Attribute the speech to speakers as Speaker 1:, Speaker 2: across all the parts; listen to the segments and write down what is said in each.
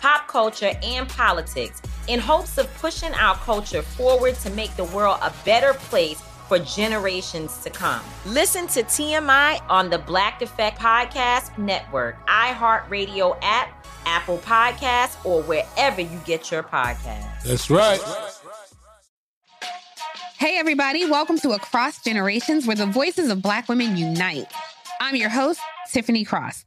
Speaker 1: pop culture, and politics in hopes of pushing our culture forward to make the world a better place for generations to come. Listen to TMI on the Black Effect Podcast Network, iHeartRadio app, Apple Podcasts, or wherever you get your podcasts.
Speaker 2: That's right.
Speaker 3: Hey, everybody, welcome to Across Generations, where the voices of Black women unite. I'm your host, Tiffany Cross.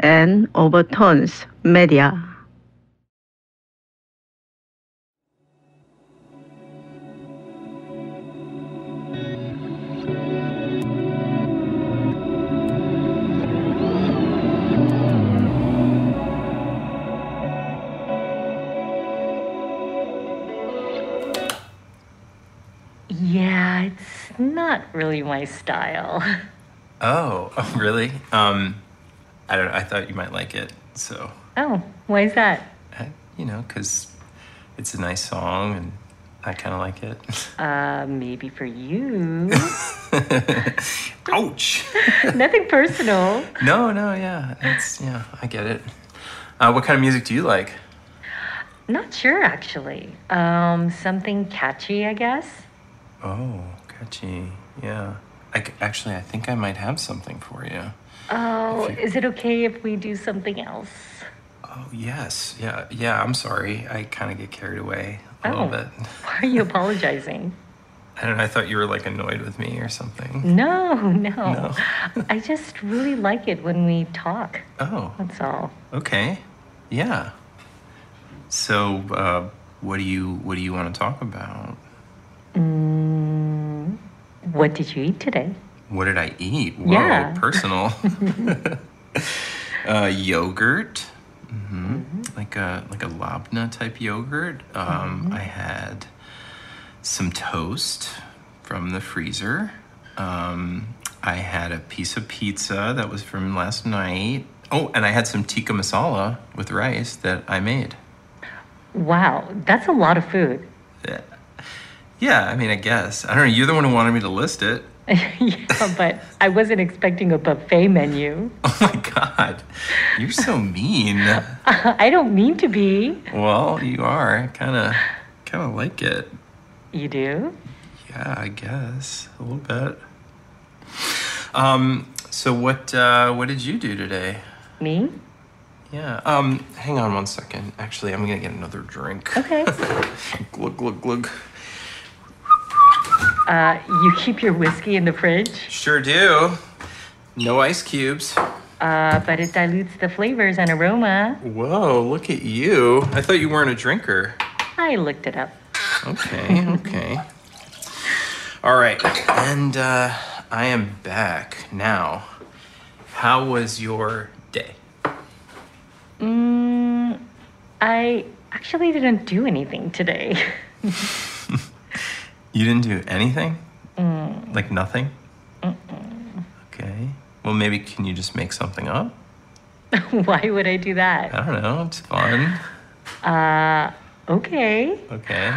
Speaker 4: and Overtones Media.
Speaker 5: Yeah, it's not really my style.
Speaker 6: Oh, oh, really? Um, I don't. I thought you might like it. So,
Speaker 5: Oh, why is that?
Speaker 6: I, you know, because it's a nice song, and I kind of like it.
Speaker 5: Uh, maybe for you.
Speaker 6: Ouch!
Speaker 5: Nothing personal.
Speaker 6: no, no, yeah, that's yeah. I get it. Uh, what kind of music do you like?
Speaker 5: Not sure, actually. Um, something catchy, I guess.
Speaker 6: Oh, catchy. Yeah. I c actually, I think I might have something for you.
Speaker 5: Oh,
Speaker 6: If you-
Speaker 5: is it okay if we do something else?
Speaker 6: Oh yes, yeah, yeah. I'm sorry. I kind of get carried away a
Speaker 5: Oh.
Speaker 6: little bit.
Speaker 5: Why are you apologizing?
Speaker 6: I don't know. I thought you were like annoyed with me or something.
Speaker 5: No, no.
Speaker 6: No.
Speaker 5: I just really like it when we talk.
Speaker 6: Oh.
Speaker 5: That's all.
Speaker 6: Okay. Yeah. So, uh, what do you what do you want to talk about?
Speaker 5: What did you eat today?
Speaker 6: What did I eat? Whoa,
Speaker 5: Yeah.
Speaker 6: personal. uh, yogurt, hmm like a like a labna type yogurt. Um, I had some toast from the freezer. Um, I had a piece of pizza that was from last night. Oh, and I had some tikka masala with rice that I made.
Speaker 5: Wow, that's a lot of food.
Speaker 6: Yeah, I mean, I guess. I don't know. You're the one who wanted me to list it.
Speaker 5: yeah, but I wasn't expecting a buffet menu.
Speaker 6: Oh my God. You're so mean.
Speaker 5: I don't mean to be.
Speaker 6: well, you are. I kind of kind of like it.
Speaker 5: You do?
Speaker 6: Yeah, I guess. A little bit. Um, so what uh, what did you do today?
Speaker 5: Me?
Speaker 6: Yeah. Um, hang on one second. Actually, I'm going to get another drink.
Speaker 5: Okay.
Speaker 6: Glug glug glug.
Speaker 5: Uh, you keep your whiskey in the fridge,
Speaker 6: Sure do. No ice cubes.
Speaker 5: uh, but it dilutes the flavors and aroma.
Speaker 6: Whoa, look at you. I thought you weren't a drinker.
Speaker 5: I looked it up.
Speaker 6: Okay, okay. All right, and uh, I am back now. How was your day?
Speaker 5: Mm, I actually didn't do anything today.
Speaker 6: You didn't do anything? Like nothing? Okay. Well, maybe can you just make something up?
Speaker 5: Why would I do that? Uh,
Speaker 6: I don't know. It's fun.
Speaker 5: Okay.
Speaker 6: Okay.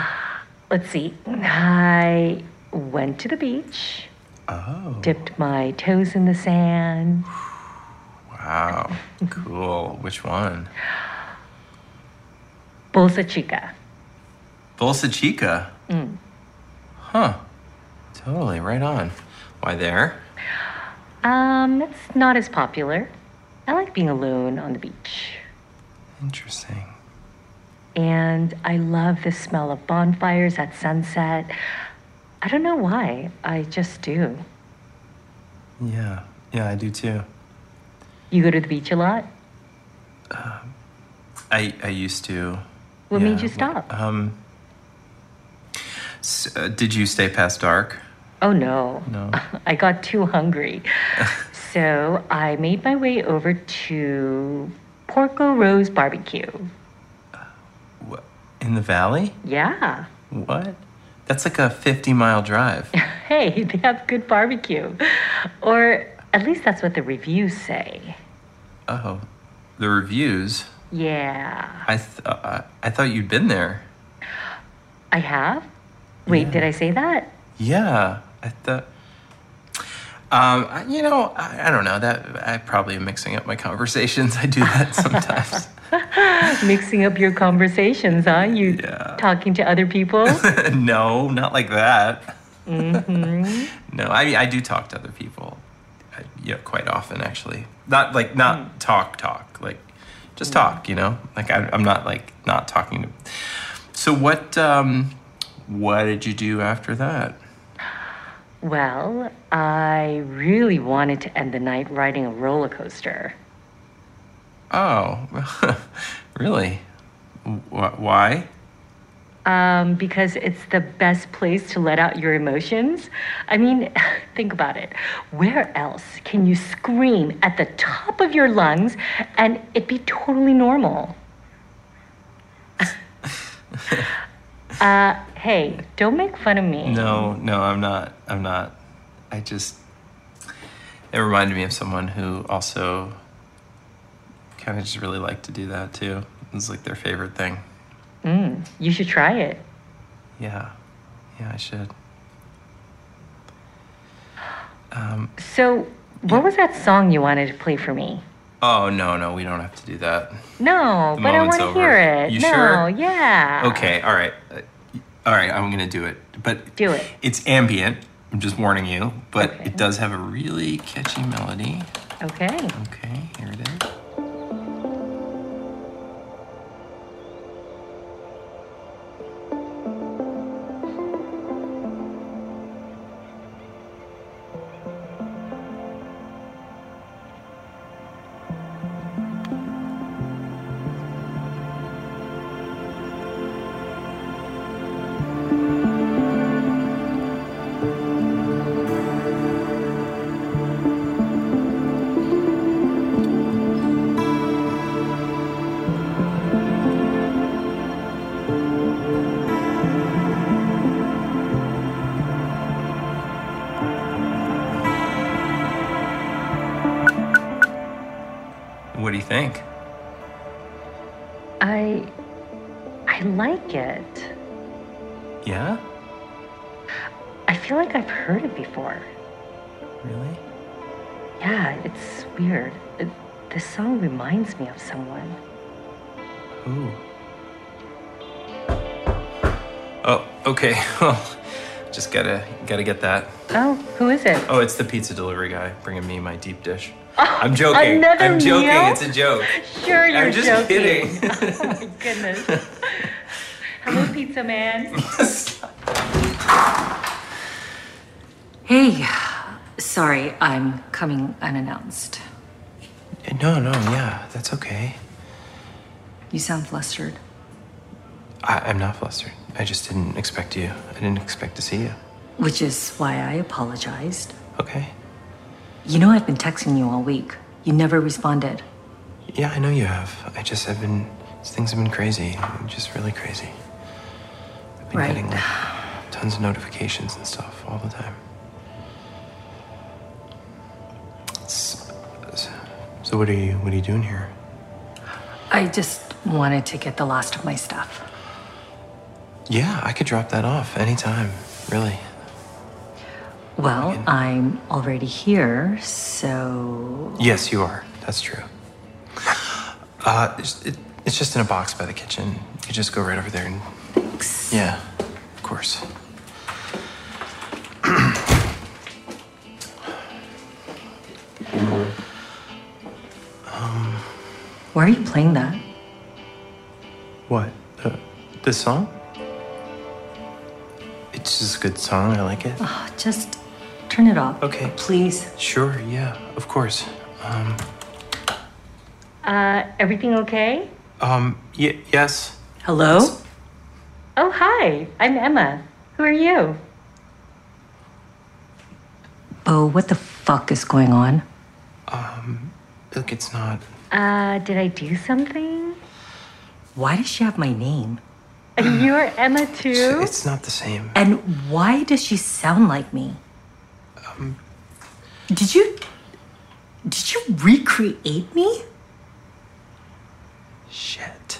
Speaker 5: Let's see. I went to the beach,
Speaker 6: Oh,
Speaker 5: dipped my toes in the sand.
Speaker 6: wow. Cool. Which one?
Speaker 5: Bolsa Chica.
Speaker 6: Bolsa Chica. Huh. Totally. Right on. Why there?
Speaker 5: Um, it's not as popular. I like being alone on the beach.
Speaker 6: Interesting.
Speaker 5: And I love the smell of bonfires at sunset. I don't know why, I just do.
Speaker 6: Yeah. Yeah, I do too.
Speaker 5: You go to the beach a lot?
Speaker 6: I I used to.
Speaker 5: What
Speaker 6: yeah,
Speaker 5: made you
Speaker 6: wh-
Speaker 5: stop?
Speaker 6: Um. s- uh, did you stay past dark?
Speaker 5: Oh no.
Speaker 6: No.
Speaker 5: I got too hungry. so I made my way over to Porco Rose Barbecue.
Speaker 6: What? In the valley?
Speaker 5: Yeah.
Speaker 6: What? That's like a 50 mile drive.
Speaker 5: Hey, they have good barbecue. Or at least that's what the reviews say.
Speaker 6: oh. The reviews.
Speaker 5: Yeah.
Speaker 6: I th- uh, I thought you'd been there.
Speaker 5: I have? Wait, did I say that?
Speaker 6: Yeah, I thought. Um, I- you know, I, I don't know that I probably am mixing up my conversations. I do that sometimes.
Speaker 5: Mixing up your conversations, huh? You
Speaker 6: Yeah.
Speaker 5: talking to other people?
Speaker 6: no, not like that. no, I I do talk to other people. I, yeah, quite often actually. Not like not talk talk like just talk. You know, like I, I'm not like not talking to. So what um, what did you do after that?
Speaker 5: well, I really wanted to end the night riding a roller coaster.
Speaker 6: Oh, really? Wh- why?
Speaker 5: Um, because it's the best place to let out your emotions. I mean, think about it. Where else can you scream at the top of your lungs and it be totally normal? uh, hey, don't make fun of me.
Speaker 6: No, no, I'm not. I'm not. I just. It reminded me of someone who also kind of just really liked to do that too. It was like their favorite thing.
Speaker 5: You should try it.
Speaker 6: Yeah. Yeah, I should.
Speaker 5: So, what was that song you wanted to play for me?
Speaker 6: Oh, no, no, we don't have to do that.
Speaker 5: No,
Speaker 6: The
Speaker 5: but I
Speaker 6: moment's
Speaker 5: want to
Speaker 6: over.
Speaker 5: hear it.
Speaker 6: You
Speaker 5: no,
Speaker 6: sure?
Speaker 5: yeah.
Speaker 6: Okay, all right. Uh, All right, I'm going to do it. But
Speaker 5: Do it.
Speaker 6: It's ambient. I'm just warning you, but
Speaker 5: Okay.
Speaker 6: it does have a really catchy melody.
Speaker 5: Okay.
Speaker 6: Okay, here it is. What do you think?
Speaker 5: I I like it.
Speaker 6: Yeah?
Speaker 5: I feel like I've heard it before.
Speaker 6: Really?
Speaker 5: Yeah, it's weird. It, this song reminds me of someone.
Speaker 6: Ooh. Oh, okay. Well, just gotta gotta get that.
Speaker 5: Oh, who is it?
Speaker 6: Oh, it's the pizza delivery guy bringing me my deep dish. I'm joking.
Speaker 5: another
Speaker 6: I'm joking.
Speaker 5: meal?
Speaker 6: It's a joke.
Speaker 5: Sure, you're
Speaker 6: Oh. I'm just
Speaker 5: joking.
Speaker 6: kidding.
Speaker 5: Oh my goodness. Hello, pizza man. Hey, sorry, I'm coming unannounced.
Speaker 6: no, no, yeah, that's okay.
Speaker 5: You sound flustered.
Speaker 6: I, I'm not flustered. I just didn't expect you. I didn't expect to see you.
Speaker 5: Which is why I apologized.
Speaker 6: Okay.
Speaker 5: You know, I've been texting you all week. You never responded.
Speaker 6: Yeah, I know you have. I just have been things have been crazy. Just really crazy. I've been
Speaker 5: Right.
Speaker 6: getting like tons of notifications and stuff all the time. It's- it's- So what are you what are you doing here?
Speaker 5: I just wanted to get the last of my stuff.
Speaker 6: Yeah, I could drop that off anytime, really.
Speaker 5: Well, I'm already here, so.
Speaker 6: Yes, you are. That's true. Uh, is it- It's just in a box by the kitchen. You could just go right over there and. Thanks. Yeah, of course.
Speaker 7: Why are you playing that?
Speaker 6: What? Uh, this song? It's just a good song. I like it.
Speaker 7: Oh, Just turn it off.
Speaker 6: Okay.
Speaker 7: Please.
Speaker 6: Sure, yeah, of course. Um,
Speaker 7: Uh, everything okay?
Speaker 6: um, y- yes.
Speaker 5: Hello?
Speaker 7: Oh, hi. I'm Emma. Who are you?
Speaker 5: Bo, what the fuck is going on?
Speaker 6: Look, it's not.
Speaker 7: Uh, did I do something?
Speaker 5: Why does she have my name?
Speaker 7: And You're Emma too?
Speaker 6: It's not the same.
Speaker 5: And why does she sound like me? Did you. Did you recreate me?
Speaker 6: Shit.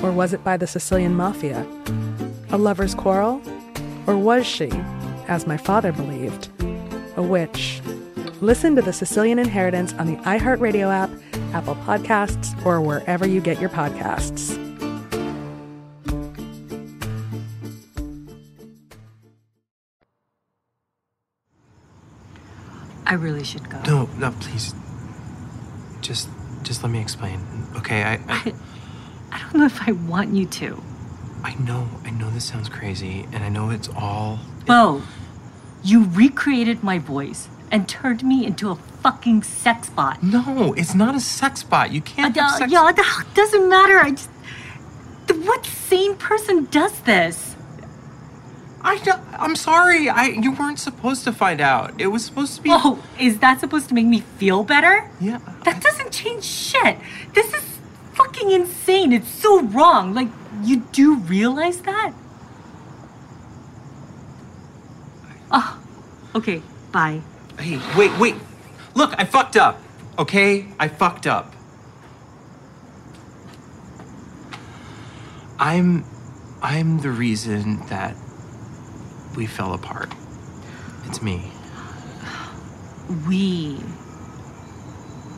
Speaker 3: Or was it by the Sicilian mafia? A lover's quarrel? Or was she, as my father believed, a witch? Listen to the Sicilian Inheritance on the iHeartRadio app, Apple Podcasts, or wherever you get your podcasts.
Speaker 5: I really should go.
Speaker 6: No, no, please. Just, just let me explain. Okay, I, I,
Speaker 5: I don't know if I want you to.
Speaker 6: I know, I know this sounds crazy, and I know it's all.
Speaker 5: Bo, Oh, you recreated my voice and turned me into a fucking sex bot.
Speaker 6: No, it's not a sex bot. You
Speaker 5: Uh,
Speaker 6: can't have
Speaker 5: yeah,
Speaker 6: sex.
Speaker 5: yeah, it doesn't matter. I just. th- What sane person does this?
Speaker 6: I, don't- I'm sorry. I, you weren't supposed to find out. It was supposed to be.
Speaker 5: Oh, is that supposed to make me feel better?
Speaker 6: Yeah.
Speaker 5: That doesn't change shit. This is fucking insane. It's so wrong. Like, you do realize that? Oh, okay. Bye.
Speaker 6: Hey, wait, wait. Look, I fucked up. Okay? I fucked up. I'm I'm the reason that we fell apart. It's me.
Speaker 5: We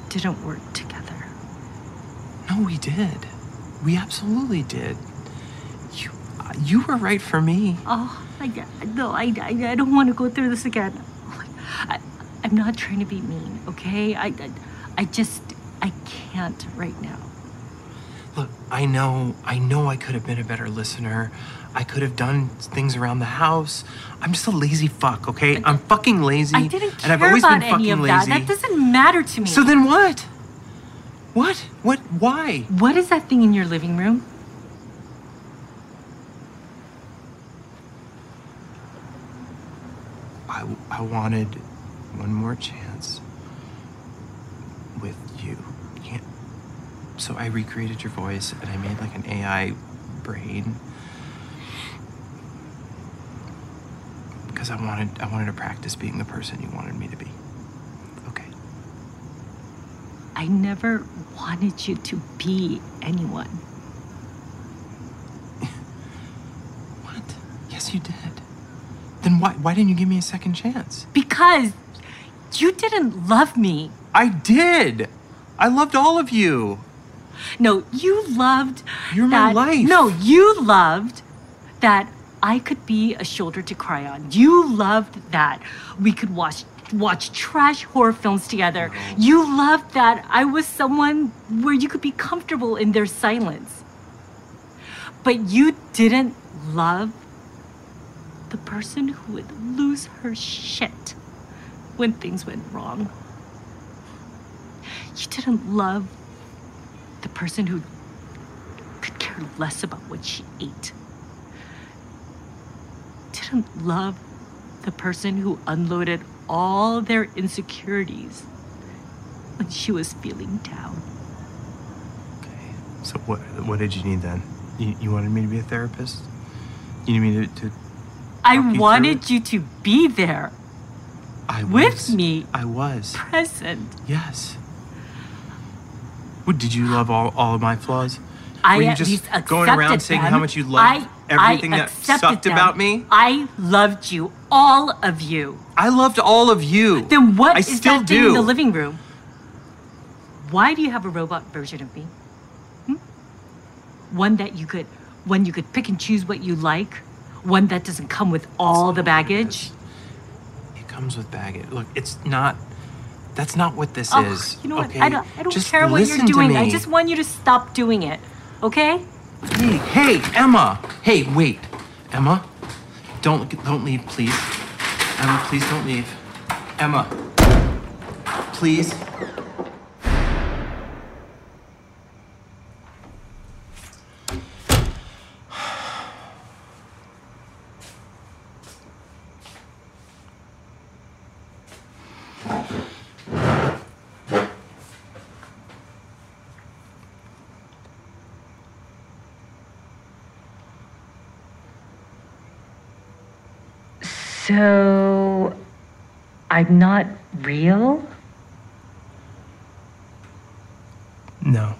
Speaker 5: didn't work together.
Speaker 6: No, we did. We absolutely did. You you were right for me.
Speaker 5: Oh, I, no, I, I, I don't want to go through this again. Oh my, I, I'm not trying to be mean, okay? I, I, I just, I can't right now.
Speaker 6: Look, I know, I know I could have been a better listener. I could have done things around the house. I'm just a lazy fuck, okay? I'm fucking lazy.
Speaker 5: I didn't care
Speaker 6: and I've always
Speaker 5: about
Speaker 6: been
Speaker 5: any
Speaker 6: fucking
Speaker 5: of that.
Speaker 6: lazy.
Speaker 5: That doesn't matter to me.
Speaker 6: So then what? What? What? Why?
Speaker 5: What is that thing in your living room?
Speaker 6: I, I wanted one more chance with you. Yeah. So I recreated your voice and I made like an AI brain because I wanted I wanted to practice being the person you wanted me to be.
Speaker 5: I never wanted you to be anyone.
Speaker 6: Yes, you did. Then why why didn't you give me a second chance?
Speaker 5: Because you didn't love me.
Speaker 6: I did. I loved all of you.
Speaker 5: No, you loved.
Speaker 6: You're my
Speaker 5: that-
Speaker 6: life.
Speaker 5: No, you loved that I could be a shoulder to cry on. You loved that we could watch watch trash horror films together. You loved that I was someone where you could be comfortable in their silence. But you didn't love the person who would lose her shit when things went wrong. You didn't love the person who could care less about what she ate. Didn't love the person who unloaded all their insecurities when she was feeling down.
Speaker 6: So what what did you need then? You, you wanted me to be a therapist? You need me to, to
Speaker 5: I wanted you to be there,
Speaker 6: I
Speaker 5: With
Speaker 6: was, me. I was.
Speaker 5: present.
Speaker 6: Yes. What, did you love all, all of my flaws?
Speaker 5: I
Speaker 6: Were you
Speaker 5: at
Speaker 6: just
Speaker 5: least accepted
Speaker 6: going around saying how
Speaker 5: them.
Speaker 6: much you loved
Speaker 5: I,
Speaker 6: everything
Speaker 5: I
Speaker 6: that
Speaker 5: accepted
Speaker 6: sucked
Speaker 5: them.
Speaker 6: about me?
Speaker 5: I loved you, all of you.
Speaker 6: I loved all of you.
Speaker 5: Then what
Speaker 6: I
Speaker 5: is
Speaker 6: still
Speaker 5: that
Speaker 6: do.
Speaker 5: thing in the living room? Why do you have a robot version of me? Hmm? One that you could, one you could pick and choose what you like, one that doesn't come with all the baggage.
Speaker 6: It comes with baggage. Look, it's not. That's not what this
Speaker 5: Oh,
Speaker 6: is.
Speaker 5: you know what?
Speaker 6: Okay?
Speaker 5: I don't, I don't
Speaker 6: Just
Speaker 5: care what
Speaker 6: listen
Speaker 5: you're
Speaker 6: to
Speaker 5: doing. I
Speaker 6: me.
Speaker 5: just want you to stop doing it, okay?
Speaker 6: Hey, hey, Emma. Hey, wait, Emma. Don't don't leave, please. Emma, please don't leave. Emma, please.
Speaker 8: So I'm not real?
Speaker 6: No.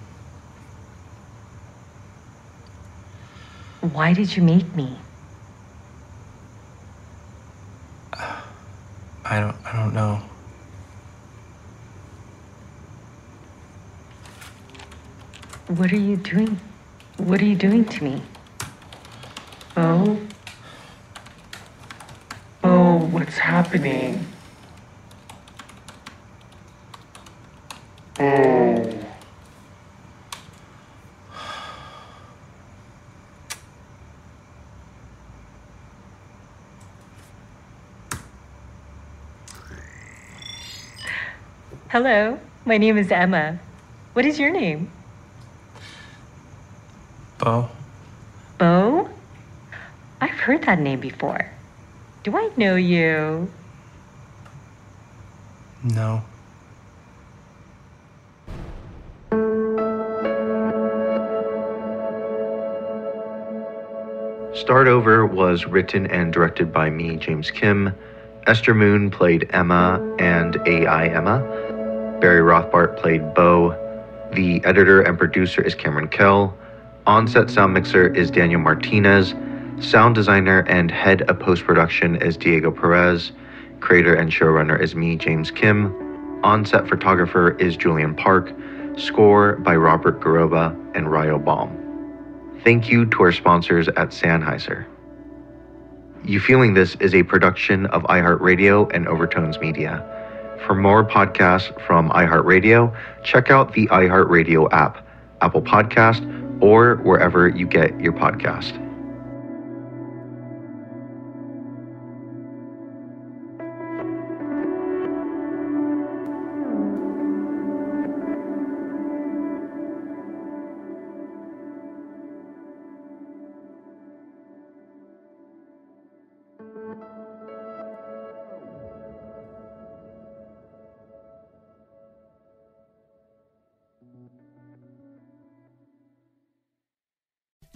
Speaker 8: Why did you make me?
Speaker 6: I don't. I don't know.
Speaker 8: What are you doing? What are you doing to me? Oh. Oh, what's happening?
Speaker 9: Oh.
Speaker 8: Hello, my name is Emma. What is your name?
Speaker 6: Bo.
Speaker 8: Bo? I've heard that name before. Do I know you?
Speaker 6: No.
Speaker 10: Start Over was written and directed by me, James Kim. Esther Moon played Emma and AI Emma. Barry Rothbart played Bo. The editor and producer is Cameron Kell. On-set sound mixer is Daniel Martinez. Sound designer and head of post production is Diego Perez. Creator and showrunner is me, James Kim. On-set photographer is Julian Park. Score by Robert Garoba and Ryo Baum. Thank you to our sponsors at Sennheiser. You Feeling This is a production of iHeartRadio and Overtones Media. For more podcasts from iHeartRadio, check out the iHeartRadio app, Apple Podcast,
Speaker 11: or wherever you get your podcast.